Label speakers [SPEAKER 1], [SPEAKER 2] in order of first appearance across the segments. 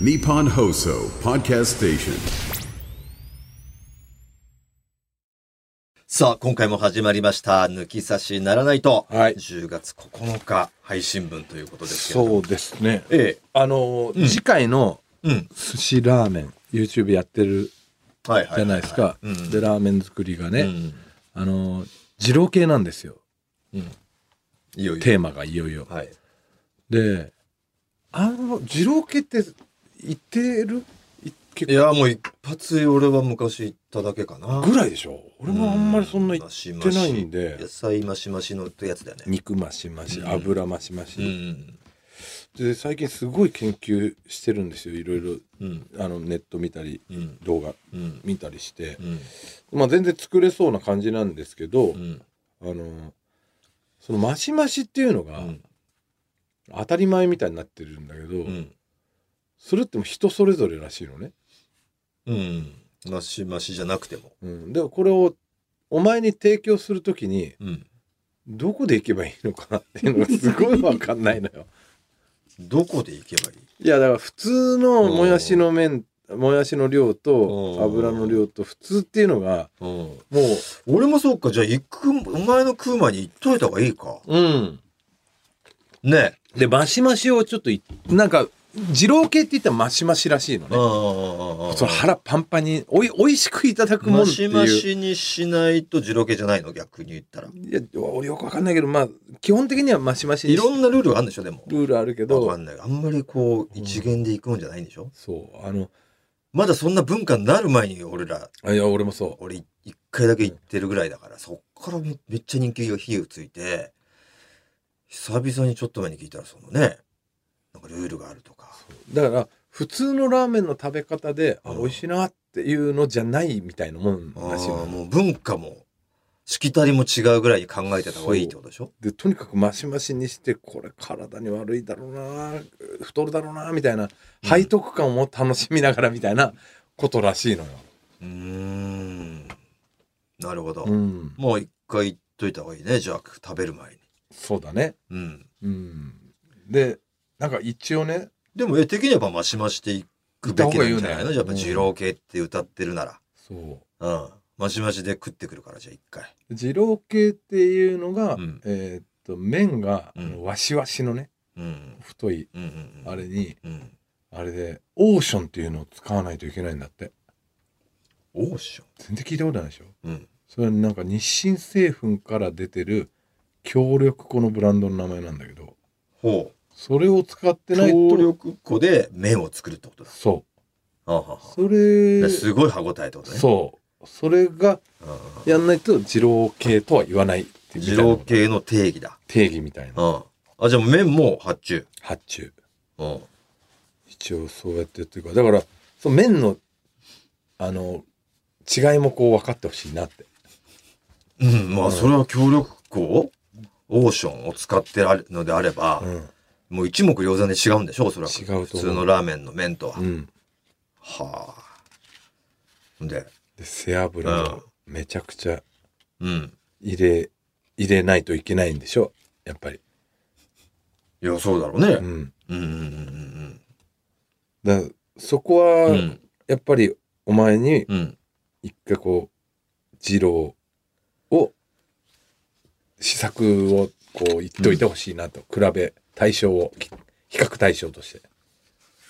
[SPEAKER 1] Nippon Hoso Podcast Station.
[SPEAKER 2] さあ、今回も始まりました。抜き差しならないと。
[SPEAKER 3] はい
[SPEAKER 2] 10月9日配信分ということですけれども。
[SPEAKER 3] そうですね。
[SPEAKER 2] え
[SPEAKER 3] あのー、次回の
[SPEAKER 2] え。うん。
[SPEAKER 3] 寿司ラーメン、YouTube やってる
[SPEAKER 2] はいはいはは
[SPEAKER 3] じゃないですか。
[SPEAKER 2] うん。
[SPEAKER 3] で、ラーメン作りがね、
[SPEAKER 2] うん
[SPEAKER 3] あのー、二郎系なんですよ。
[SPEAKER 2] いよいよ。
[SPEAKER 3] テーマがいよいよ。
[SPEAKER 2] はい。
[SPEAKER 3] で、あの、二郎系って、言ってるい
[SPEAKER 2] いや、もう一発俺は昔行っただけかな。
[SPEAKER 3] ぐらいでしょ俺もあんまりそんな言
[SPEAKER 2] う
[SPEAKER 3] ってないんで
[SPEAKER 2] 野、菜マシマシのやつだよね。
[SPEAKER 3] 肉増し増し、
[SPEAKER 2] うん
[SPEAKER 3] 油増し増
[SPEAKER 2] う
[SPEAKER 3] し。
[SPEAKER 2] ん。
[SPEAKER 3] で、最近すごい研究してるんですよ。いろい
[SPEAKER 2] うん。
[SPEAKER 3] ろ、あの、ネット見たり、
[SPEAKER 2] うん。
[SPEAKER 3] 動画
[SPEAKER 2] うん。
[SPEAKER 3] 見たりして
[SPEAKER 2] う、ん。
[SPEAKER 3] まあ全然作れそうな感じなんですけど、
[SPEAKER 2] うん。
[SPEAKER 3] あのそのマシマシっていうの
[SPEAKER 2] う
[SPEAKER 3] が
[SPEAKER 2] ん。
[SPEAKER 3] 当たり前みたいになってるんだけど、
[SPEAKER 2] うん。
[SPEAKER 3] それってもう人それぞれらしいのね、
[SPEAKER 2] うん。マシマシじゃなくても。
[SPEAKER 3] うん、でもこれをお前に提供するときに
[SPEAKER 2] うん。
[SPEAKER 3] どこで行けばいいのかなっていうのがすごい分かんないの よ
[SPEAKER 2] どこで行けばいい
[SPEAKER 3] いやだから普通のもやしの麺もやしの量
[SPEAKER 2] お
[SPEAKER 3] と
[SPEAKER 2] ー
[SPEAKER 3] 油の量と普通っていうのが
[SPEAKER 2] うん。
[SPEAKER 3] も
[SPEAKER 2] 俺もそうか、じゃあ行く、お前の食う前に行っといた方がいいか。
[SPEAKER 3] ううん
[SPEAKER 2] ね。
[SPEAKER 3] でマシマシをちょっといなんか二郎系って言ったらマシマシらしいのね
[SPEAKER 2] あ
[SPEAKER 3] その腹パンパンにおいおいしくいただく
[SPEAKER 2] マ
[SPEAKER 3] もんってい
[SPEAKER 2] シ
[SPEAKER 3] う
[SPEAKER 2] マシにしないと二郎系じゃないの逆に言ったら。
[SPEAKER 3] いや俺よくわかんないけどまあ基本的にはマシマシに
[SPEAKER 2] いろんなルールがあるんでしょでも。
[SPEAKER 3] ルールあるけ
[SPEAKER 2] わか
[SPEAKER 3] ど
[SPEAKER 2] んない。あんまりこう、一元で行くもんじゃないんでしょ
[SPEAKER 3] そうあの
[SPEAKER 2] まだそんな文化になる前に俺ら、
[SPEAKER 3] あいや俺もそ
[SPEAKER 2] 俺一回だけ行ってるぐらいだから、そっからめめっちゃ人気が火をついて、久々にちょっと前に聞いたらそのね、なんかルールがあるとか。
[SPEAKER 3] うだから普通のラーメンの食べ方で、あ
[SPEAKER 2] うん
[SPEAKER 3] 美味しいなっていうのじゃないみたいなもん
[SPEAKER 2] あ
[SPEAKER 3] らしいの
[SPEAKER 2] ーもう文化も、しきたりも違うぐらいに考えてた方がいいってことでしょ
[SPEAKER 3] でとにかくマシマシにしてこれ体に悪いだろうな太るだろうなみたいな背徳感を楽しみながらみたいなことらしいのよ、
[SPEAKER 2] うーん。なるほど。
[SPEAKER 3] うん、
[SPEAKER 2] もう一回言っといた方がいいね。じゃあ食べる前に。
[SPEAKER 3] そうだね
[SPEAKER 2] うん。
[SPEAKER 3] うんでなんか一応ね
[SPEAKER 2] でも絵的にはやっぱマシマシで行くべきなんじゃないの、や
[SPEAKER 3] 行っ
[SPEAKER 2] った
[SPEAKER 3] 方
[SPEAKER 2] ぱ
[SPEAKER 3] がいいよね
[SPEAKER 2] 二郎系って歌ってるな
[SPEAKER 3] そう
[SPEAKER 2] ら。うん。マシマシで食ってくるからじゃあ一回。
[SPEAKER 3] 二郎系っていうのが、
[SPEAKER 2] うん
[SPEAKER 3] えーっと麺が、
[SPEAKER 2] うん
[SPEAKER 3] あのわしわしのね
[SPEAKER 2] うん。
[SPEAKER 3] 太い
[SPEAKER 2] うんうんうん。
[SPEAKER 3] あれに
[SPEAKER 2] うん。
[SPEAKER 3] あれでオーションっていうのを使わないといけないんだって
[SPEAKER 2] オーショ
[SPEAKER 3] 全然聞いたことないでしょ
[SPEAKER 2] ン。うん。
[SPEAKER 3] それはなんか日清製粉から出てる強力粉のブランドの名前なんだけど
[SPEAKER 2] ほう。
[SPEAKER 3] それを使ってない
[SPEAKER 2] 強
[SPEAKER 3] と
[SPEAKER 2] 力粉で麺を作るってことだ。
[SPEAKER 3] そ
[SPEAKER 2] あはは
[SPEAKER 3] うそれ
[SPEAKER 2] ですごい歯応えってことね。
[SPEAKER 3] そうそれが
[SPEAKER 2] うんうんうん
[SPEAKER 3] やんないと二郎系とは言わないっていうみた
[SPEAKER 2] 二
[SPEAKER 3] いな
[SPEAKER 2] 郎系の定義だ。
[SPEAKER 3] 定義みたいな
[SPEAKER 2] うん。あ、じゃあ麺も発注。
[SPEAKER 3] 発注
[SPEAKER 2] うん。
[SPEAKER 3] 一応そうやってっていうかだからその麺のあの違いもこう分かってほしいなって
[SPEAKER 2] うん、ま
[SPEAKER 3] う
[SPEAKER 2] あ
[SPEAKER 3] ん
[SPEAKER 2] それは協力校オーションを使ってあるのであれば、
[SPEAKER 3] うん、
[SPEAKER 2] もう一目瞭然で違うんでしょおそらく
[SPEAKER 3] 違うと思う
[SPEAKER 2] 普通のラーメンの麺とは、
[SPEAKER 3] うん、
[SPEAKER 2] はあで
[SPEAKER 3] で背脂をめちゃくちゃ
[SPEAKER 2] うん
[SPEAKER 3] 入れ入れないといけないんでしょやっぱり
[SPEAKER 2] いやそうだろうね
[SPEAKER 3] う、ん
[SPEAKER 2] うん、うんうん
[SPEAKER 3] だからそこ
[SPEAKER 2] うんうんう
[SPEAKER 3] は
[SPEAKER 2] ん
[SPEAKER 3] やっぱりお前に
[SPEAKER 2] うん
[SPEAKER 3] 一回こう二郎を試作をこう言っといてほしいなと、比べ対象をき比較対象として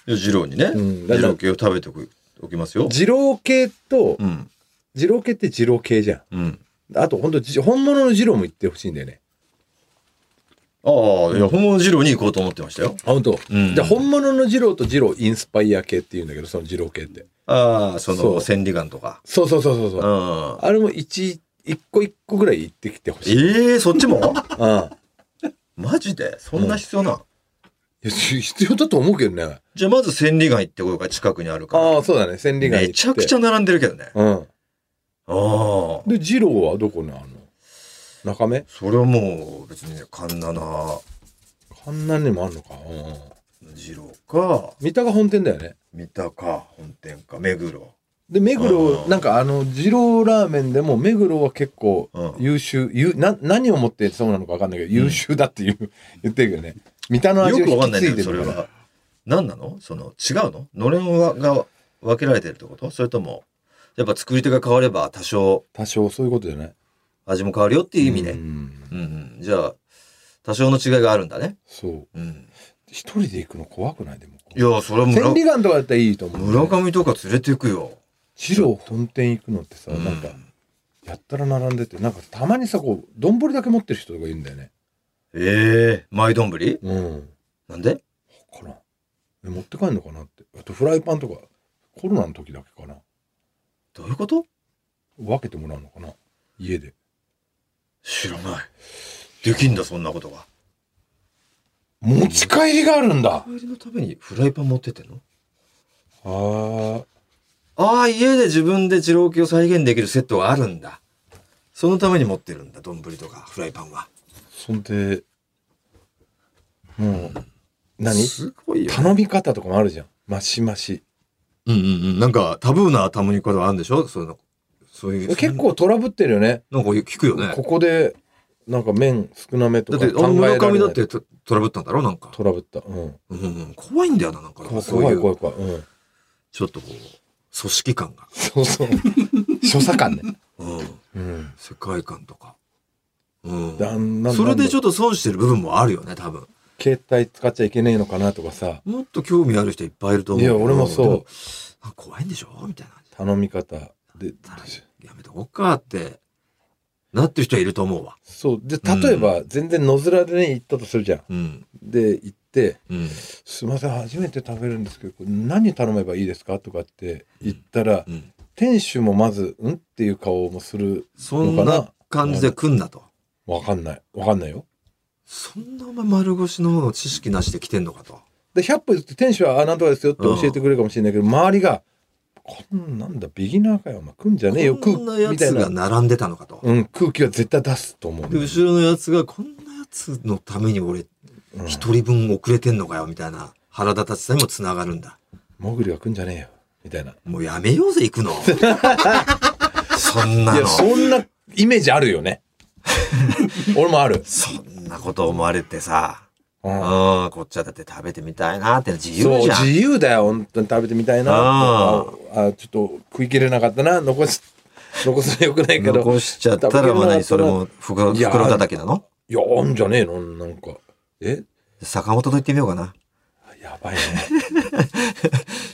[SPEAKER 2] いや二郎にね、
[SPEAKER 3] うんだ
[SPEAKER 2] 二
[SPEAKER 3] から
[SPEAKER 2] 郎系を食べておくおきますよ
[SPEAKER 3] 二郎系と
[SPEAKER 2] うん
[SPEAKER 3] 二郎系って二郎系じゃん
[SPEAKER 2] うん
[SPEAKER 3] あと、本当じ本物のジローも言ってほしいんだよね。
[SPEAKER 2] ああいや本物二郎に行こうと思ってましたよ
[SPEAKER 3] あ、本当。
[SPEAKER 2] うん
[SPEAKER 3] で、本物のジローとジローインスパイア系って言うんだけど、そのジロー系って。
[SPEAKER 2] ああそ
[SPEAKER 3] そ
[SPEAKER 2] の
[SPEAKER 3] う
[SPEAKER 2] 千里眼とか
[SPEAKER 3] そうそうそうそうそうう。
[SPEAKER 2] ん
[SPEAKER 3] あれも一、一個一個ぐらい言ってきてほしい。
[SPEAKER 2] ええそっちも
[SPEAKER 3] ああ。
[SPEAKER 2] マジでそんな必要な、
[SPEAKER 3] いや、し必要だと思うけどね。
[SPEAKER 2] じゃあまず千里眼行ってこようか近くにあるから
[SPEAKER 3] ああ、そうだね。千里眼
[SPEAKER 2] めちゃくち
[SPEAKER 3] ゃ。
[SPEAKER 2] ゃ並んでるけどね。
[SPEAKER 3] うん。
[SPEAKER 2] ああ。
[SPEAKER 3] で、ジローはどこなの中目
[SPEAKER 2] それはもう別にね、カンナナ、
[SPEAKER 3] 観南にもあんのか。うんうん。
[SPEAKER 2] 二郎か、
[SPEAKER 3] 三鷹本店だよね。
[SPEAKER 2] 三鷹、本店か、目黒。
[SPEAKER 3] で、目
[SPEAKER 2] う
[SPEAKER 3] 黒、
[SPEAKER 2] ん
[SPEAKER 3] なんかあの、ジローラーメンでも目黒は結構
[SPEAKER 2] うん
[SPEAKER 3] 優秀、ゆな何をもってそうなのか分かんないけど、優秀だっていう 言ってるけどね。三田の味を
[SPEAKER 2] よくわか
[SPEAKER 3] 引
[SPEAKER 2] ん
[SPEAKER 3] き
[SPEAKER 2] ない
[SPEAKER 3] 継
[SPEAKER 2] ん
[SPEAKER 3] い
[SPEAKER 2] だ
[SPEAKER 3] で
[SPEAKER 2] よ、それ
[SPEAKER 3] るから。
[SPEAKER 2] は。何なのその違うののれんはが分けられてるってことそれともやっぱ作り手が変われば多少
[SPEAKER 3] 多少そういうことじゃない
[SPEAKER 2] 味も変わるよっていう意味で、う、
[SPEAKER 3] うん
[SPEAKER 2] うん
[SPEAKER 3] ん
[SPEAKER 2] じゃあ多少の違いがあるんだね、
[SPEAKER 3] そう
[SPEAKER 2] うん、
[SPEAKER 3] 一人で行くの怖くないでも
[SPEAKER 2] いやそれは
[SPEAKER 3] 千里
[SPEAKER 2] 村
[SPEAKER 3] 眼とかだったらいいと思う、
[SPEAKER 2] 村上とか連れてくよ、
[SPEAKER 3] 二郎本店行くのってさ、
[SPEAKER 2] うん
[SPEAKER 3] なんかやったら並んでてなんかたまにさこう丼だけ持ってる人とかいるんだよね
[SPEAKER 2] ええマイ丼ぶり
[SPEAKER 3] うん
[SPEAKER 2] なんで
[SPEAKER 3] 分からんえ持って帰んのかなってあとフライパンとかコロナの時だけかな
[SPEAKER 2] どういうこと
[SPEAKER 3] 分けてもらうのかな家で
[SPEAKER 2] 知らないできんだそんなことが
[SPEAKER 3] 持ち帰りがあるんだ、
[SPEAKER 2] 帰りのためにフライパン持ってってんの
[SPEAKER 3] ああ
[SPEAKER 2] ああ家で自分で二郎系を再現できるセットがあるんだそのために持ってるんだ丼とかフライパンは
[SPEAKER 3] そんでもう何
[SPEAKER 2] すごいよ、
[SPEAKER 3] 頼み方とかもあるじゃんマシマシ
[SPEAKER 2] うんうんうんなんかタブーなタモニカではあるんでしょそういうのそういう
[SPEAKER 3] 結構トラブってるよね
[SPEAKER 2] なんか聞くよね
[SPEAKER 3] ここでなんか麺少なめ
[SPEAKER 2] だ
[SPEAKER 3] と
[SPEAKER 2] っ
[SPEAKER 3] か
[SPEAKER 2] てあ
[SPEAKER 3] 考
[SPEAKER 2] の
[SPEAKER 3] えられ
[SPEAKER 2] 村
[SPEAKER 3] な
[SPEAKER 2] 上
[SPEAKER 3] い
[SPEAKER 2] だってトトラブったんだろなんか、
[SPEAKER 3] トラブったうん
[SPEAKER 2] うんうん、怖いんだよななんか
[SPEAKER 3] 怖い
[SPEAKER 2] そう
[SPEAKER 3] 怖
[SPEAKER 2] い
[SPEAKER 3] いう怖い怖い、うん、
[SPEAKER 2] ちょっとこう組織感が、
[SPEAKER 3] そうそう 所作感ね
[SPEAKER 2] うん、
[SPEAKER 3] うん
[SPEAKER 2] 世界観とか、うん、
[SPEAKER 3] だんだん
[SPEAKER 2] それでちょ
[SPEAKER 3] ょっ
[SPEAKER 2] っと損してる部分もあるよね多分
[SPEAKER 3] と携帯使っちゃいけねえのかなとかさ
[SPEAKER 2] もっと興味ある人いっぱいいると思う
[SPEAKER 3] い
[SPEAKER 2] け
[SPEAKER 3] や
[SPEAKER 2] ど
[SPEAKER 3] 俺も
[SPEAKER 2] で
[SPEAKER 3] そ
[SPEAKER 2] あ怖いんでしょみたいな
[SPEAKER 3] う頼み方で
[SPEAKER 2] やめとこうかってなってる人はいると思うわ
[SPEAKER 3] そうで例えば全然野面でね行ったとするじゃん
[SPEAKER 2] うん
[SPEAKER 3] で行って
[SPEAKER 2] うん
[SPEAKER 3] 「すいません初めて食べるんですけどこれ何頼めばいいですか?」とかって言ったら
[SPEAKER 2] うん
[SPEAKER 3] 店主もまず「ん?」っていう顔もする
[SPEAKER 2] そんな感じで来んなと
[SPEAKER 3] わかんないわかんないよ
[SPEAKER 2] そんなお前丸腰の知識なしで来てんのかと
[SPEAKER 3] で100歩譲って店主は「あなんとかですよ」って教えてくれるかもしれないけど、周りが「こんなんだビギナーかよお前来んじゃねえよ
[SPEAKER 2] こ
[SPEAKER 3] 空
[SPEAKER 2] んなや
[SPEAKER 3] みたい
[SPEAKER 2] つ
[SPEAKER 3] な
[SPEAKER 2] が、並んでたのかと、
[SPEAKER 3] うん、空気は絶対出すと思う、
[SPEAKER 2] で後ろのやつがこんなやつのために俺
[SPEAKER 3] うん
[SPEAKER 2] 一人分遅れてんのかよみたいな腹立たしさにもつながるんだ
[SPEAKER 3] モグリは来んじゃねえよみたいな
[SPEAKER 2] もうやめようぜ、行く の。そんないの。
[SPEAKER 3] や
[SPEAKER 2] そ
[SPEAKER 3] そんなイメージある よね俺もある、
[SPEAKER 2] んなこと思われてさ。
[SPEAKER 3] う
[SPEAKER 2] うん
[SPEAKER 3] ん、、
[SPEAKER 2] こっちはだって食べてみたいなって自
[SPEAKER 3] そう
[SPEAKER 2] 由じゃん。
[SPEAKER 3] 自由だよ本当に食べてみたいな
[SPEAKER 2] あ
[SPEAKER 3] ああちょっと食い切れなかったな残し残すのよくないけど
[SPEAKER 2] 残しちゃったら、まあ何それも袋
[SPEAKER 3] いや
[SPEAKER 2] 袋叩きなの
[SPEAKER 3] いやあんじゃねえのなんかえ
[SPEAKER 2] 坂本と言ってみようかな。
[SPEAKER 3] やばいね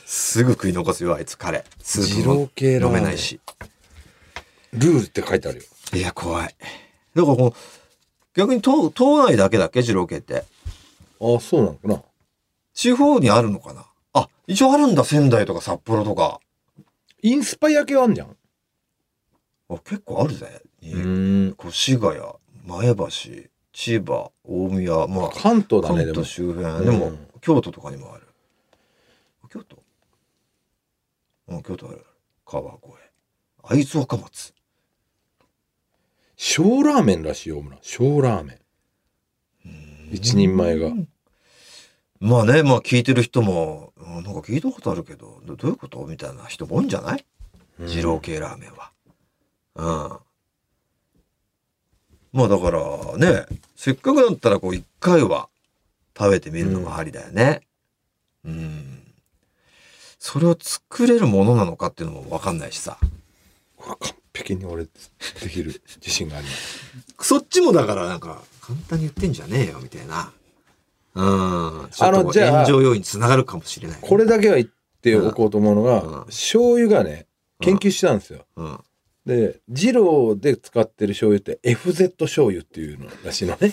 [SPEAKER 2] すぐ食い残すよ、あいつ、彼。スー
[SPEAKER 3] 二
[SPEAKER 2] プも
[SPEAKER 3] 郎系ラー
[SPEAKER 2] 飲
[SPEAKER 3] メン
[SPEAKER 2] めないし。
[SPEAKER 3] ルールって書いてあるよ
[SPEAKER 2] いや、怖い。だからこの、逆に島島内だけだっけ、二郎系って。
[SPEAKER 3] ああそうなのかな
[SPEAKER 2] 地方にあるのかなあ、一応あるんだ、仙台とか札幌とか。
[SPEAKER 3] インスパイア系はあんじゃん
[SPEAKER 2] あ結構あるぜ。
[SPEAKER 3] ん
[SPEAKER 2] 越谷、前橋、千葉、大宮、まあ、
[SPEAKER 3] 関東だね
[SPEAKER 2] 関
[SPEAKER 3] でも
[SPEAKER 2] 東周辺、
[SPEAKER 3] ん
[SPEAKER 2] でも、京都とかにもある。京都うん、京都ある。川越。会津若松。
[SPEAKER 3] 小ラーメンらしいよ大村小ラーメン一人前が
[SPEAKER 2] うんまあね、まあ聞いてる人も、うんなんか聞いたことあるけど、どどういうことみたいな人も多いんじゃない二郎系ラーメンは。うん。まあだからね、せっかくだったらこう一回は食べてみるのもありだよね。うん。それを作れるものなのかっていうのもわかんないしさ。
[SPEAKER 3] これ完璧に俺できる自信があります
[SPEAKER 2] そっちもだからなんか簡単に言ってんじゃねえよみたいな。うん。ちょ
[SPEAKER 3] あ
[SPEAKER 2] っと
[SPEAKER 3] の
[SPEAKER 2] こう
[SPEAKER 3] じゃあ
[SPEAKER 2] 炎上要因につながるかもしれない。
[SPEAKER 3] これだけは言っておこうと思うのが、
[SPEAKER 2] うん
[SPEAKER 3] 醤油がね研究してたんですよ、
[SPEAKER 2] うん。
[SPEAKER 3] で二郎で使ってる醤油って FZ 醤油っていうのらしいの ね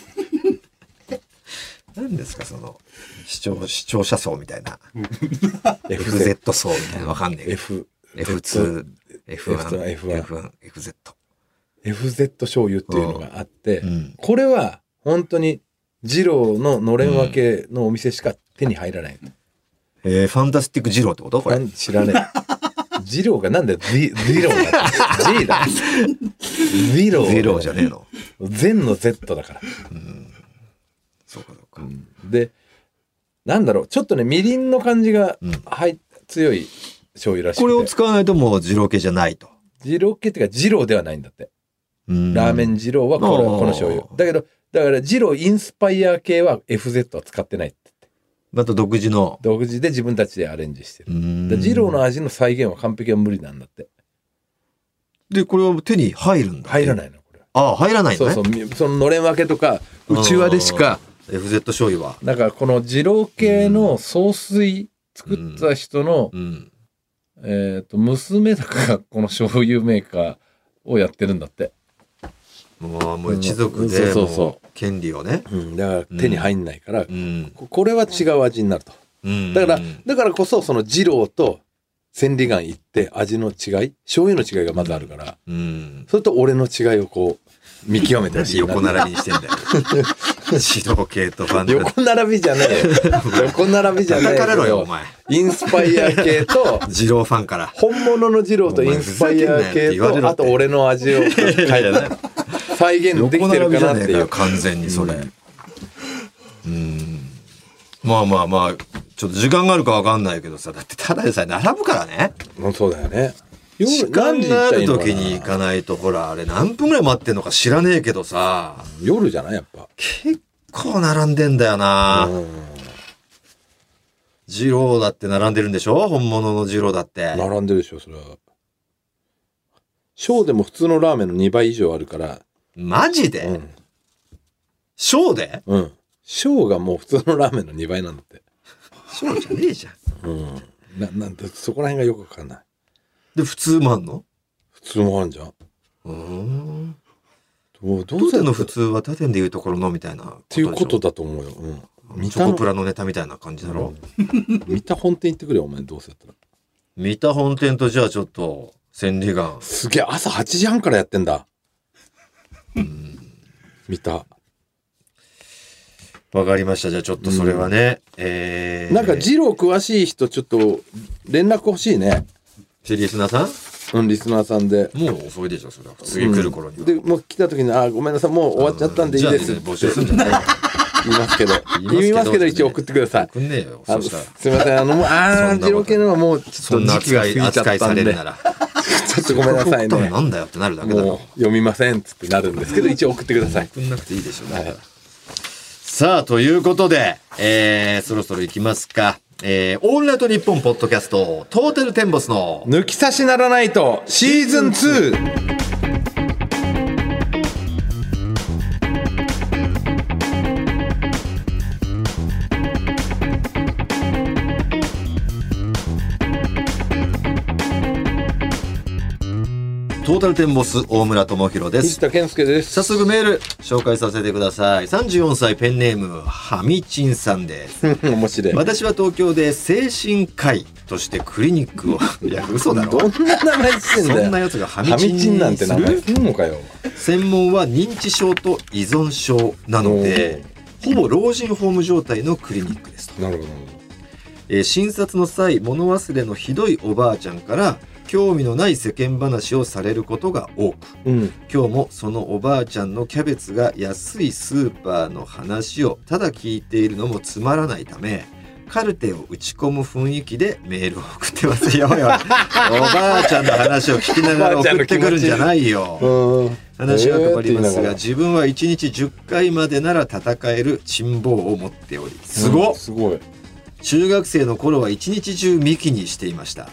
[SPEAKER 2] 何ですかその視聴視聴者層みたいな
[SPEAKER 3] FZ
[SPEAKER 2] FZ 層みたいなわかんねえけど
[SPEAKER 3] F
[SPEAKER 2] F2、F1、
[SPEAKER 3] F1
[SPEAKER 2] F1、FZ。
[SPEAKER 3] FZ 醤油っていうのがあって、
[SPEAKER 2] ん。
[SPEAKER 3] これは本当に二郎ののれん分けのお店しか手に入らない、
[SPEAKER 2] えー、ファンタスティック二郎ってことこれ
[SPEAKER 3] な。ん知 らねえ二郎がなんだよ二二郎だって G だ二郎
[SPEAKER 2] 二郎じゃねえ の。
[SPEAKER 3] 善の Z だから
[SPEAKER 2] そうかそうか。
[SPEAKER 3] でなんだろうちょっとねみりんの感じが、
[SPEAKER 2] うん
[SPEAKER 3] はい強い醤油らしくて
[SPEAKER 2] これを使わないともう二郎系じゃないと。
[SPEAKER 3] 二郎系っていうか二郎ではないんだってラ
[SPEAKER 2] ラ
[SPEAKER 3] ーメン。二郎はこれ
[SPEAKER 2] あー
[SPEAKER 3] この醤油だけどだから二郎インスパイア系は FZ は使ってないって
[SPEAKER 2] また独自の。
[SPEAKER 3] 独自で自分たちでアレンジして
[SPEAKER 2] う
[SPEAKER 3] る。
[SPEAKER 2] ん
[SPEAKER 3] で二郎の味の再現は完璧は無理なんだって。
[SPEAKER 2] で、これは手に入るんだ。
[SPEAKER 3] 入らないの、これ。
[SPEAKER 2] ああ、入らないの
[SPEAKER 3] そう
[SPEAKER 2] ね。
[SPEAKER 3] そう、みそののれん分けとか、うちわでしか、
[SPEAKER 2] FZ 醤油は。
[SPEAKER 3] なんかこの二郎系の総帥作った人の、
[SPEAKER 2] うん。
[SPEAKER 3] えっ、と、娘だかがこの醤油メーカーをやってるんだって。
[SPEAKER 2] もう、もう一族
[SPEAKER 3] う
[SPEAKER 2] で、
[SPEAKER 3] んそうそうそう
[SPEAKER 2] もう権利をね。
[SPEAKER 3] うん、だから手に入んないから、
[SPEAKER 2] うん。
[SPEAKER 3] ここれは違う味になると。
[SPEAKER 2] うん
[SPEAKER 3] だから、
[SPEAKER 2] うん
[SPEAKER 3] だからこそ、その二郎と千里眼行って味の違い、醤油の違いがまずあるから、
[SPEAKER 2] うん。
[SPEAKER 3] それと俺の違いをこう、見極めてほしいな。
[SPEAKER 2] 横並びにしてん だよ。指導系とファンド。
[SPEAKER 3] 横並びじゃ ねえよ。横並びじゃねえ
[SPEAKER 2] 叩かれろよ、お前。
[SPEAKER 3] インスパイア系と、
[SPEAKER 2] 二郎ファンから。
[SPEAKER 3] 本物の二郎とインスパイア系
[SPEAKER 2] お前ふざけんなよって言われ
[SPEAKER 3] と、
[SPEAKER 2] ろ
[SPEAKER 3] あ
[SPEAKER 2] って
[SPEAKER 3] と俺の味を変 えた。再現でき
[SPEAKER 2] 横並
[SPEAKER 3] てる
[SPEAKER 2] び
[SPEAKER 3] か
[SPEAKER 2] じゃ
[SPEAKER 3] なっ
[SPEAKER 2] ね
[SPEAKER 3] て
[SPEAKER 2] えか
[SPEAKER 3] い
[SPEAKER 2] よ
[SPEAKER 3] う。
[SPEAKER 2] 完全にそれ。うん。まあまあまあ、ちょっと時間があるかわかんないけどさ、だってただでさえ並ぶからね。
[SPEAKER 3] うんそうだよね。夜
[SPEAKER 2] 時間がある時に行
[SPEAKER 3] 何時行ったらいいのかな
[SPEAKER 2] かないと、ほら、あれ何分ぐらい待ってんのか知らねえけどさ、
[SPEAKER 3] 夜じゃないやっぱ。
[SPEAKER 2] 結構並んでんだよな。二郎だって並んでるんでしょ本物の二郎だって。
[SPEAKER 3] 並んでるでしょそれは小でも普通のラーメンの2倍以上あるから
[SPEAKER 2] マジ
[SPEAKER 3] う
[SPEAKER 2] で
[SPEAKER 3] ん
[SPEAKER 2] ショーで
[SPEAKER 3] うん小がもう普通のラーメンの2倍なんだって
[SPEAKER 2] ショーじゃねえじゃん。
[SPEAKER 3] うんななんてそこら辺がよくわかんない
[SPEAKER 2] で、普通もあんの
[SPEAKER 3] 普通もあるんじゃん
[SPEAKER 2] うーん。
[SPEAKER 3] どうど
[SPEAKER 2] 当
[SPEAKER 3] うせ
[SPEAKER 2] 店の普
[SPEAKER 3] っ
[SPEAKER 2] 通は他店でいうところのみたいな。っ
[SPEAKER 3] いうことだと思うよ、うん、見
[SPEAKER 2] チ
[SPEAKER 3] た
[SPEAKER 2] ョ
[SPEAKER 3] の
[SPEAKER 2] コプラのネタみたいな感じだろ、
[SPEAKER 3] 見た本店行ってくれよお前どうせだったら
[SPEAKER 2] 見た本店とじゃあちょっと、千里眼。
[SPEAKER 3] すげえ朝8時半からやってんだ見た
[SPEAKER 2] わかりました。じゃあちょっとそれはね。えー、
[SPEAKER 3] なんか二郎詳しい人ちょっと連絡欲しいね
[SPEAKER 2] シリスナーさ
[SPEAKER 3] うんリスナーさんで
[SPEAKER 2] んもう遅いでしょ、それは。次来る頃には。
[SPEAKER 3] でもう来た時に「あーごめんなさいもう終わっちゃったんでいいです」
[SPEAKER 2] じゃ
[SPEAKER 3] っ
[SPEAKER 2] あ
[SPEAKER 3] て
[SPEAKER 2] 募集すん じゃないよ。
[SPEAKER 3] 言いますけど言いますけど一応送ってください
[SPEAKER 2] 送んねえよ。
[SPEAKER 3] あ
[SPEAKER 2] そ
[SPEAKER 3] の
[SPEAKER 2] し
[SPEAKER 3] す
[SPEAKER 2] たら。
[SPEAKER 3] みませんあのもうあ
[SPEAKER 2] そん
[SPEAKER 3] あ
[SPEAKER 2] なこと
[SPEAKER 3] 二郎系のはもうち
[SPEAKER 2] そ
[SPEAKER 3] ょっ
[SPEAKER 2] ん
[SPEAKER 3] と
[SPEAKER 2] な
[SPEAKER 3] 時期が
[SPEAKER 2] 扱
[SPEAKER 3] 過
[SPEAKER 2] い
[SPEAKER 3] ぎちゃっ
[SPEAKER 2] 扱い
[SPEAKER 3] た
[SPEAKER 2] さ
[SPEAKER 3] ん
[SPEAKER 2] れ
[SPEAKER 3] で
[SPEAKER 2] る
[SPEAKER 3] ち
[SPEAKER 2] なら。
[SPEAKER 3] ょっとごめんなさ
[SPEAKER 2] 送
[SPEAKER 3] い
[SPEAKER 2] ったの
[SPEAKER 3] ね
[SPEAKER 2] なんだよってなるだけだ
[SPEAKER 3] もう
[SPEAKER 2] ろ。
[SPEAKER 3] 読みませんっつってなるんですけど一応送ってください
[SPEAKER 2] 送んなくていいでしょ、だからさあ、ということで、えー、そろそろ行きますか。えー、オールナイトニッポンポッドキャスト、トータルテンボスの
[SPEAKER 3] 抜き差しならないとシーズン 2!
[SPEAKER 2] トータルテンボス大村智弘です
[SPEAKER 3] 藤。田健介です
[SPEAKER 2] 早速メール紹介させてください。34歳ペンネーム、はみちんさんです。
[SPEAKER 3] 面白い
[SPEAKER 2] 私は東京で精神科医としてクリニックを。いや、嘘だろ。
[SPEAKER 3] どんな名前してんだよ
[SPEAKER 2] そんなやつがハ
[SPEAKER 3] ハ
[SPEAKER 2] ミ
[SPEAKER 3] ミ
[SPEAKER 2] チンに
[SPEAKER 3] チンなんて名前
[SPEAKER 2] す
[SPEAKER 3] すんのかよ
[SPEAKER 2] 専門は認知症と依存症なので、ほぼ老人ホーム状態のクリニックですと。
[SPEAKER 3] なるほど
[SPEAKER 2] えー診察の際物忘れのひどいおばあちゃんから興味のない世間話をされることが多く
[SPEAKER 3] うん
[SPEAKER 2] 今日もそのおばあちゃんのキャベツが安いスーパーの話をただ聞いているのもつまらないためカルテを打ち込む雰囲気でメールを送ってますよよおばあちゃんの話を聞きながら送ってくるんじゃないよ
[SPEAKER 3] うん
[SPEAKER 2] 話は変わりますが、
[SPEAKER 3] えーって
[SPEAKER 2] 自分は1日10回までなら戦える珍望を持っており
[SPEAKER 3] 言
[SPEAKER 2] す
[SPEAKER 3] いなが
[SPEAKER 2] ご
[SPEAKER 3] ら
[SPEAKER 2] っ
[SPEAKER 3] すごい
[SPEAKER 2] 中学生の頃は一日中ミキにしていました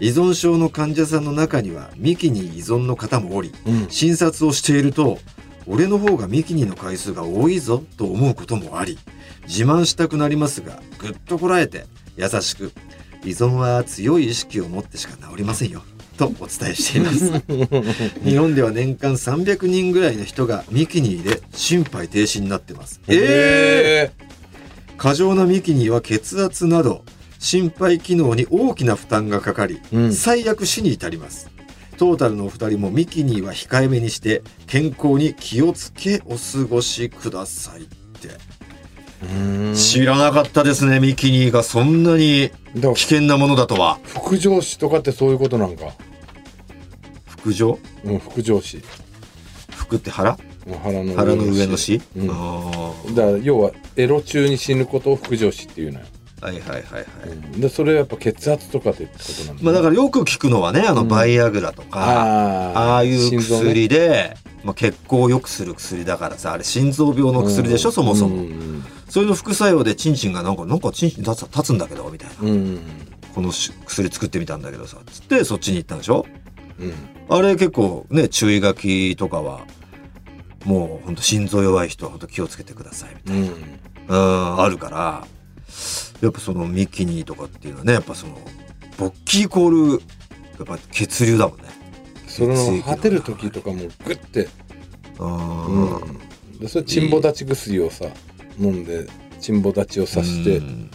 [SPEAKER 2] 依存症の患者さんの中にはミキに依存の方もおり
[SPEAKER 3] うん
[SPEAKER 2] 診察をしていると俺の方がミキニの回数が多いぞと思うこともあり自慢したくなりますがぐっとこらえて優しく依存は強い意識を持ってしか治りませんよとお伝えしています日本では年間300人ぐらいの人がミキニで心肺停止になってます
[SPEAKER 3] え
[SPEAKER 2] 過剰なミキニは血圧など心肺機能に大きな負担がかかり、
[SPEAKER 3] うん
[SPEAKER 2] 最悪死に至りますトータルのお二人もミキニは控えめにして健康に気をつけお過ごしくださいって、
[SPEAKER 3] ー
[SPEAKER 2] 知らなかったですねミキニがそんなに
[SPEAKER 3] だから
[SPEAKER 2] 危険なものだとは
[SPEAKER 3] 副上司とかってそういうことなんか
[SPEAKER 2] 腹上
[SPEAKER 3] うん副上司
[SPEAKER 2] 腹って腹
[SPEAKER 3] うん腹の
[SPEAKER 2] 腹の上の死、
[SPEAKER 3] うん
[SPEAKER 2] あー
[SPEAKER 3] だから要はエロ中に死ぬことを副上司っていうのよ、
[SPEAKER 2] はいはいはいはい、
[SPEAKER 3] でそれはやっぱ血圧とかってことなんだ、
[SPEAKER 2] まあだからよく聞くのはねあのバイアグラとか、
[SPEAKER 3] あー
[SPEAKER 2] ああいう
[SPEAKER 3] 心臓ね
[SPEAKER 2] 薬でまあ、血行を良くする薬だからさあれ心臓病の薬でしょ、そもそも、
[SPEAKER 3] うん
[SPEAKER 2] それの副作用でチンチンがなんかなんかチンチン立つ立つんだけどみたいな、
[SPEAKER 3] うんうん
[SPEAKER 2] このし薬作ってみたんだけどさつってそっちに行ったんでしょ
[SPEAKER 3] うん
[SPEAKER 2] あれ結構ね注意書きとかはもうほんと心臓弱い人はほんと気をつけてくださいみたいな
[SPEAKER 3] う
[SPEAKER 2] う
[SPEAKER 3] ん
[SPEAKER 2] んあるからやっぱそのミキニとかっていうのはねやっぱその勃起イコールやっぱ血流だもんね
[SPEAKER 3] それ
[SPEAKER 2] 血液
[SPEAKER 3] の
[SPEAKER 2] の
[SPEAKER 3] 果てる時とかもグッて、
[SPEAKER 2] うん、
[SPEAKER 3] うん、でそれチンボ立ち薬をさ飲んでチンボ立ちをさして、
[SPEAKER 2] うん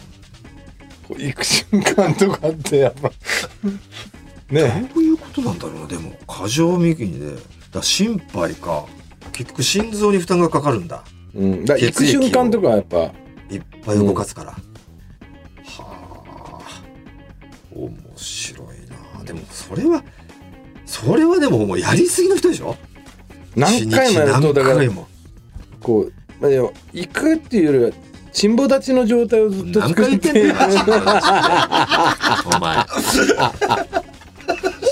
[SPEAKER 3] こう行く瞬間とかってやっ ぱね
[SPEAKER 2] どういうことなんだろうなでも過剰ミキニでだから心肺か結局心臓に負担がかかるんだ
[SPEAKER 3] うん、だから行く
[SPEAKER 2] 血液を
[SPEAKER 3] 瞬間とかはやっぱ
[SPEAKER 2] いっぱい動かすから、はあ面白いなでもそれはそれはでももうやりすぎの人でしょ
[SPEAKER 3] 何回もやると
[SPEAKER 2] 一日何
[SPEAKER 3] だから
[SPEAKER 2] 回も
[SPEAKER 3] こう、まあ、でも行くっていうよりはチンボ立ちの状態をずっと
[SPEAKER 2] 何
[SPEAKER 3] 作
[SPEAKER 2] 回言
[SPEAKER 3] っ
[SPEAKER 2] って
[SPEAKER 3] て
[SPEAKER 2] んだよ、お 前。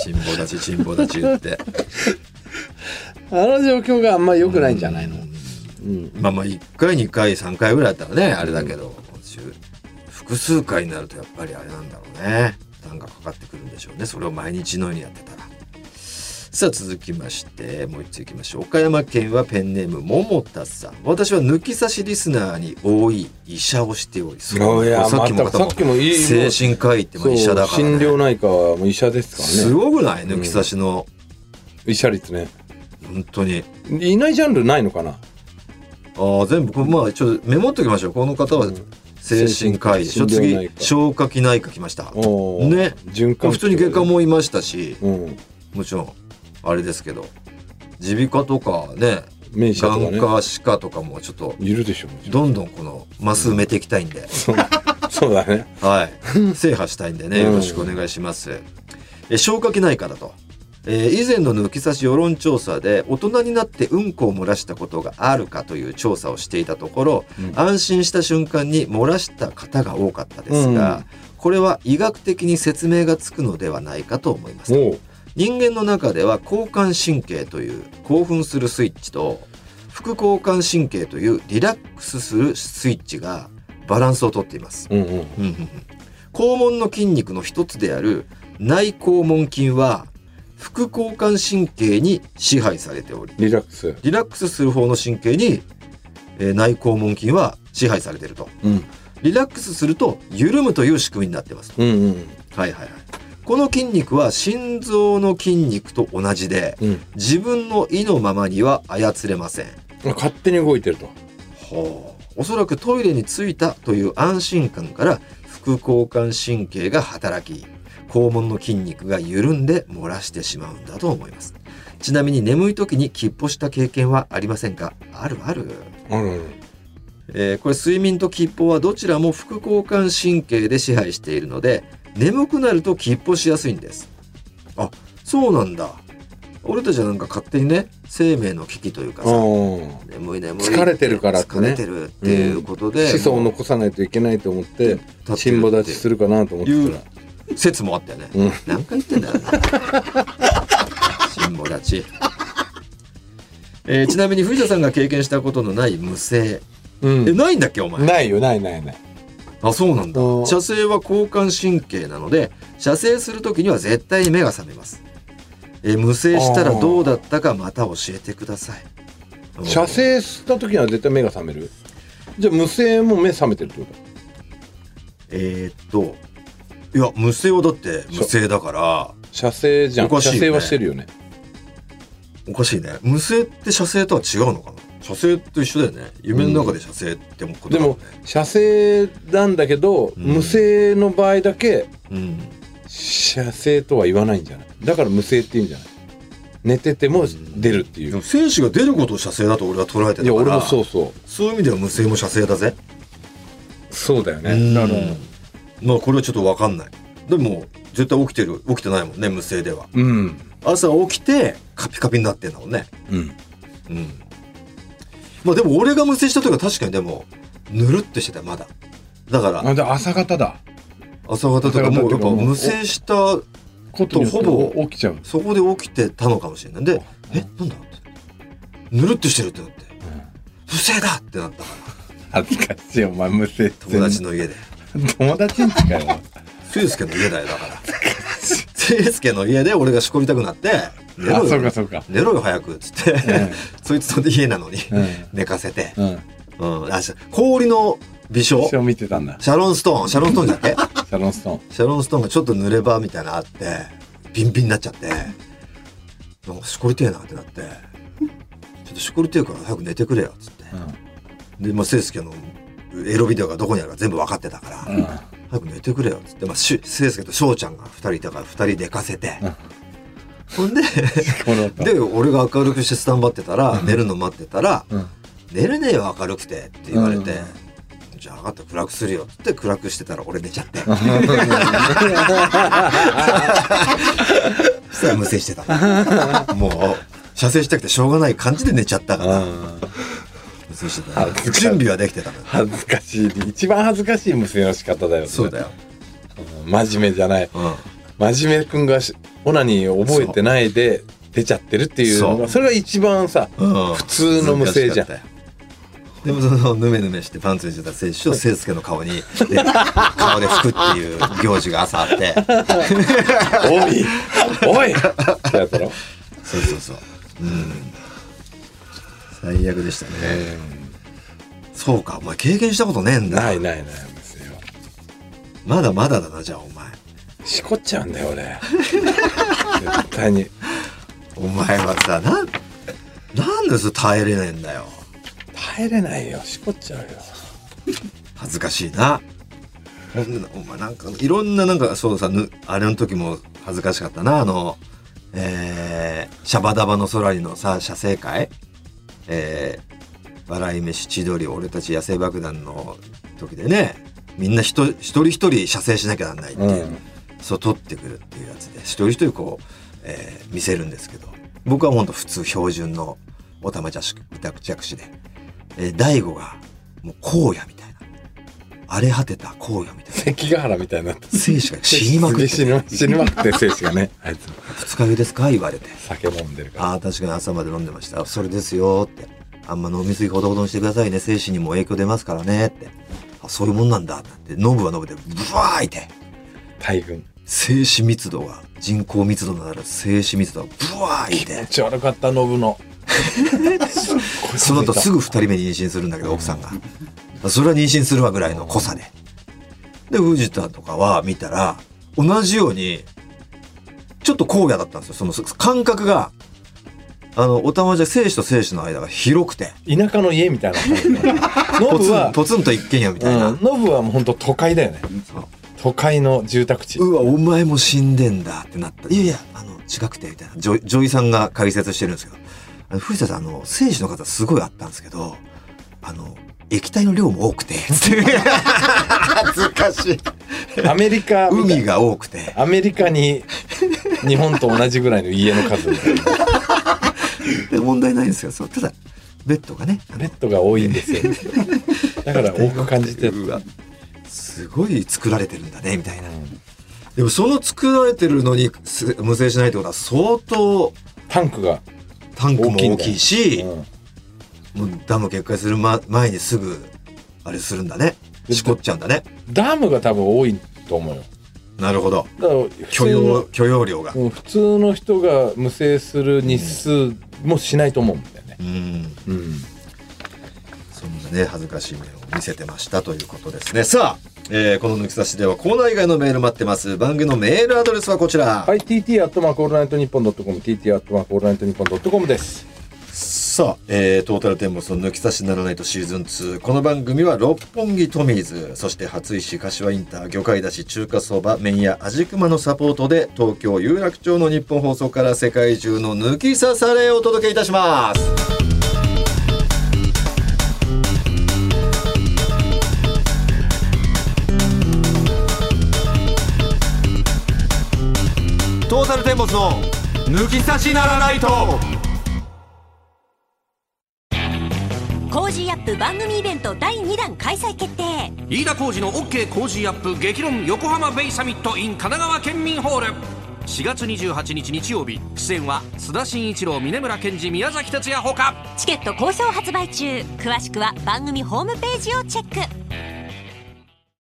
[SPEAKER 2] 辛抱立ち、辛抱立ち言って。
[SPEAKER 3] あの状況があんま良くないんじゃないの、うん
[SPEAKER 2] まあまあ、1回、2回、3回ぐらいだったらね、あれだけど、週複数回になるとやっぱりあれなんだろうね。負担がかかってくるんでしょうね。それを毎日のようにやってたら。さあ続きましてもう一ついきましょう岡山県はペンネーム桃田さん私は抜き差しリスナーに多い医者をしており
[SPEAKER 3] いやいや
[SPEAKER 2] さっきも
[SPEAKER 3] またさっきもいい
[SPEAKER 2] 精神科医ってまあ医者だから、
[SPEAKER 3] そう
[SPEAKER 2] ね、
[SPEAKER 3] 診療内科はもう医者ですか
[SPEAKER 2] す
[SPEAKER 3] らね
[SPEAKER 2] ごくない抜き差しの、
[SPEAKER 3] 医者率ね
[SPEAKER 2] 本当に
[SPEAKER 3] いないジャンルないのかな
[SPEAKER 2] ああ全部これまあちょっとメモっときましょうこの方は精神科医でしょ
[SPEAKER 3] 精神科
[SPEAKER 2] 次消化器内科来ました
[SPEAKER 3] おー
[SPEAKER 2] ね
[SPEAKER 3] 循環器
[SPEAKER 2] 普通に外科もいましたし
[SPEAKER 3] うん
[SPEAKER 2] もちろんあれですけど耳鼻科とかね
[SPEAKER 3] 名医者とか
[SPEAKER 2] 眼
[SPEAKER 3] ね
[SPEAKER 2] 科歯科とかもちょっと
[SPEAKER 3] いるでしょ
[SPEAKER 2] どんどんこのマス埋めていきたいんで、
[SPEAKER 3] そうだね
[SPEAKER 2] はい、制覇したいんでね、
[SPEAKER 3] うん
[SPEAKER 2] よろしくお願いします。え消化器内科だと。えー以前の抜き差し世論調査で大人になってうんこを漏らしたことがあるかという調査をしていたところ、
[SPEAKER 3] うん
[SPEAKER 2] 安心した瞬間に漏らした方が多かったですが、
[SPEAKER 3] うん
[SPEAKER 2] これは医学的に説明がつくのではないかと思います
[SPEAKER 3] もう
[SPEAKER 2] 人間の中では交感神経という興奮するスイッチと副交感神経というリラックスするスイッチがバランスをとっています
[SPEAKER 3] うんうん
[SPEAKER 2] うんうんうん肛門の筋肉の一つである内肛門筋は副交感神経に支配されており
[SPEAKER 3] リラックス
[SPEAKER 2] リラックスする方の神経に、えー内肛門筋は支配されていると
[SPEAKER 3] うん
[SPEAKER 2] リラックスすると緩むという仕組みになってます
[SPEAKER 3] うんうん
[SPEAKER 2] はいはいはいこの筋肉は心臓の筋肉と同じで
[SPEAKER 3] うん
[SPEAKER 2] 自分の意のままには操れません
[SPEAKER 3] 勝手に動いてると
[SPEAKER 2] ほうおそらくトイレに着いたという安心感から副交感神経が働き肛門の筋肉が緩んで漏らしてしまうんだと思いますちなみに眠い時にきっぽした経験はありませんかあるある、
[SPEAKER 3] あるある
[SPEAKER 2] えーこれ睡眠ときっぽはどちらも副交感神経で支配しているので眠くなるときっぽしやすいんですあそうなんだ俺たちはなんか勝手にね生命の危機というかさ
[SPEAKER 3] あ
[SPEAKER 2] 眠い眠い
[SPEAKER 3] 疲れてるからってね
[SPEAKER 2] 疲れてるっていうことで、
[SPEAKER 3] 子孫を残さないといけないと思って辛抱立ちするかなと思ってたら
[SPEAKER 2] 説もあったよね、
[SPEAKER 3] うん
[SPEAKER 2] 何回言ってん だよ辛抱立ち、えーちなみに藤田さんが経験したことのない無声、
[SPEAKER 3] うん
[SPEAKER 2] えないんだっけお前
[SPEAKER 3] ないよないないない
[SPEAKER 2] あそうなんだ
[SPEAKER 3] うん
[SPEAKER 2] 射精は交感神経なので射精する時には絶対に目が覚めます、えー無声したらどうだったかまた教えてくださいうん
[SPEAKER 3] 射精した時には絶対目が覚めるじゃあ無声も目覚めてるってこ
[SPEAKER 2] えーっといや無声はだって無声だから
[SPEAKER 3] と射精じゃん、
[SPEAKER 2] おかしい
[SPEAKER 3] 射
[SPEAKER 2] よね
[SPEAKER 3] 精はしてるよね
[SPEAKER 2] おかしいね無声って射精とは違うのかな射精と一緒だよね夢の中で射精ってもこと
[SPEAKER 3] で
[SPEAKER 2] だもん
[SPEAKER 3] も
[SPEAKER 2] ね、
[SPEAKER 3] 射精なんだけど、
[SPEAKER 2] ん
[SPEAKER 3] 無声の場合だけ
[SPEAKER 2] うん、
[SPEAKER 3] 射精とは言わないんじゃないだから無声って言うんじゃない寝てても出るってい
[SPEAKER 2] で
[SPEAKER 3] う、
[SPEAKER 2] も精子が出ることを射精だと俺は捉えてたから
[SPEAKER 3] いや俺もそうそう
[SPEAKER 2] そういう意味では無声も射精だぜ
[SPEAKER 3] そうだよ
[SPEAKER 2] うん
[SPEAKER 3] ねだから
[SPEAKER 2] まあこれはちょっと分かんないでも絶対起きてる起きてないもんね無声では
[SPEAKER 3] うん
[SPEAKER 2] 朝起きてカピカピになってんだもんね
[SPEAKER 3] うん
[SPEAKER 2] うんまあでも俺が無声した時は確かにでもぬるってしてたよまだだから
[SPEAKER 3] あで朝方だ
[SPEAKER 2] 朝方とかもうやっぱ無声した
[SPEAKER 3] ことによって
[SPEAKER 2] ほぼ
[SPEAKER 3] 起きちゃう
[SPEAKER 2] そこで起きてたのかもしれない。で、え、なんだぬるっとしてるってなって、不正だってなったから
[SPEAKER 3] 恥ずかしいお前無せ
[SPEAKER 2] 友達の家で
[SPEAKER 3] 友達んちか よ
[SPEAKER 2] 清介の家だよだ から清介の家で俺がしこりたくなって寝ろ
[SPEAKER 3] あそう
[SPEAKER 2] よ
[SPEAKER 3] かそうか
[SPEAKER 2] 寝ろよ早くっつって、
[SPEAKER 3] ん
[SPEAKER 2] そいつの家なのに、
[SPEAKER 3] うん
[SPEAKER 2] 寝かせて、
[SPEAKER 3] うん
[SPEAKER 2] うん、あし氷の微笑
[SPEAKER 3] 一緒見てたんだシ
[SPEAKER 2] シャロンストーンシャロンストーンじゃなくて
[SPEAKER 3] ャロンスト
[SPEAKER 2] シャロンストーンがちょっと濡れ場みたいなのあってビンビンになっちゃってなんかしこりてえなってなってちょっとしこりてえから早く寝てくれよっつって
[SPEAKER 3] ーン
[SPEAKER 2] でまあ清介のエロビデオがどこにあるか全部分かってたから、
[SPEAKER 3] うんうん
[SPEAKER 2] 早く寝てくれよっつって、まあ、しゅせいすけとしょうちゃんが2人いたから2人寝かせて、ほん で
[SPEAKER 3] この音
[SPEAKER 2] で俺が明るくしてスタンバってたら寝るの待ってたら
[SPEAKER 3] うん
[SPEAKER 2] 「寝れねえよ明るくて」って言われて
[SPEAKER 3] う
[SPEAKER 2] 「
[SPEAKER 3] ん
[SPEAKER 2] じゃあ分かった暗くするよ」っつって暗くしてたら俺寝ちゃってそしたら無声してたもう射精したくてしょうがない感じで寝ちゃったから無声してた
[SPEAKER 3] あそうか
[SPEAKER 2] 準備はできてたのよ
[SPEAKER 3] 恥ずかしい一番恥ずかしい娘の仕方だよね
[SPEAKER 2] そうだよ、
[SPEAKER 3] うん真面目じゃない
[SPEAKER 2] うん、
[SPEAKER 3] 真面目くんがしオナニーを覚えてないで出ちゃってるっていうの
[SPEAKER 2] そう
[SPEAKER 3] がそれが一番さ
[SPEAKER 2] 普
[SPEAKER 3] 普通の無声じゃん
[SPEAKER 2] でもそのぬめぬめしてパンツにしてた選手を清介の顔にで 顔で拭くっていう行事が朝あって
[SPEAKER 3] 「おいおい!」ってやつだろ
[SPEAKER 2] そうそうそううん最悪でしたねそうかお前経験したことねえんだ
[SPEAKER 3] ないないない娘は
[SPEAKER 2] まだまだだなじゃあお前
[SPEAKER 3] しこっちゃうんだよ俺絶対に
[SPEAKER 2] お前はさなんなんでそれ耐えれねえんだよ
[SPEAKER 3] 耐えれないよしこっちゃうよ
[SPEAKER 2] 恥ずかしいなほんなお前なんかいろんななんかそうさぬあれの時も恥ずかしかったなあのえー、シャバダバの空にのさ写生会えー、笑い飯千鳥俺たち野生爆弾の時でねみんな人一人一人写生しなきゃなんないっていう、
[SPEAKER 3] うん
[SPEAKER 2] そう撮ってくるっていうやつで一人一人こう、えー見せるんですけど僕はほんと普通標準のおたまじゃしくたくちゃくしで、えー、大悟がもう荒野みたいな荒れ果てた荒野みたいな
[SPEAKER 3] 関ヶ原みたいになって
[SPEAKER 2] 精子が死にまくって、
[SPEAKER 3] 死に死にまくって精子がねあいつ
[SPEAKER 2] 二日酔いですか言われて
[SPEAKER 3] 酒飲んでるから
[SPEAKER 2] ああ確かに朝まで飲んでましたそれですよーってあんま飲みすぎほどほどにしてくださいね精神にも影響出ますからねってあそういうもんなんだって飲むは飲むでブワーいて
[SPEAKER 3] 大群
[SPEAKER 2] 精子密度が人口密度のある精子密度がブワーいて
[SPEAKER 3] ちょ悪かったノブの
[SPEAKER 2] その後すぐ2人目に妊娠するんだけど奥さんがそれは妊娠するわぐらいの濃さでで藤田とかは見たら同じようにちょっと荒野だったんですよそのそ感覚があのおたまじゃ精子と精子の間が広くて
[SPEAKER 3] 田舎の家みたいな感じだねノ
[SPEAKER 2] ポ
[SPEAKER 3] ブ
[SPEAKER 2] ツン
[SPEAKER 3] は
[SPEAKER 2] ポツンと一軒家みたいな、
[SPEAKER 3] うんノブはもうほんと都会だよね
[SPEAKER 2] そう
[SPEAKER 3] 都会の住宅地
[SPEAKER 2] うわお前も死んでんだってなったいやいやあの違くてみたいな女女医さんが解説してるんですけどあの藤田さんあの精子の方すごいあったんですけどあの液体の量も多く て恥ずかしい
[SPEAKER 3] アメリカみたい
[SPEAKER 2] 海が多くて
[SPEAKER 3] アメリカに日本と同じぐらいの家の数みたいな
[SPEAKER 2] で問題ないんですけどそうただベッドがねあの
[SPEAKER 3] ベッドが多いんですよだから多く感じてる
[SPEAKER 2] うわすごい作られてるんだねみたいなでもその作られてるのにす無制しないってことは相当
[SPEAKER 3] タンクが、
[SPEAKER 2] タンクも大きいし、
[SPEAKER 3] うん
[SPEAKER 2] もうダム決壊する、ま、前にすぐあれするんだねしこっちゃうんだね
[SPEAKER 3] ダムが多分多いと思うよ
[SPEAKER 2] なるほど
[SPEAKER 3] だから
[SPEAKER 2] 許容許容量が
[SPEAKER 3] うん普通の人が無制する日数もしないと思うんだよね、
[SPEAKER 2] うん
[SPEAKER 3] うん、
[SPEAKER 2] そんなね恥ずかしい面を見せてましたということですねさあ、えーこの抜き差しではコーナー以外のメール待ってます番組のメールアドレスはこちら、
[SPEAKER 3] はい TT アットマークオールナイトニッポンドットコム TT アットマークオールナイトニッポンドットコムです
[SPEAKER 2] さあ、えートータルテンボスの抜き差しならないとシーズン2。この番組は六本木トミーズ、そして初石柏インター、魚介だし、中華そば、麺屋、味熊のサポートで、東京有楽町の日本放送から世界中の抜き差されをお届けいたします。トータルテンボスの抜き差しならないと
[SPEAKER 4] コージーアップ番組イベント第2弾開催決定
[SPEAKER 5] 飯田浩二の OK 工事アップ激論横浜ベイサミット in 神奈川県民ホール4月28日日曜日出演は須田慎一郎峯村健二宮崎哲也ほか
[SPEAKER 4] チケット好評発売中詳しくは番組ホームページをチェック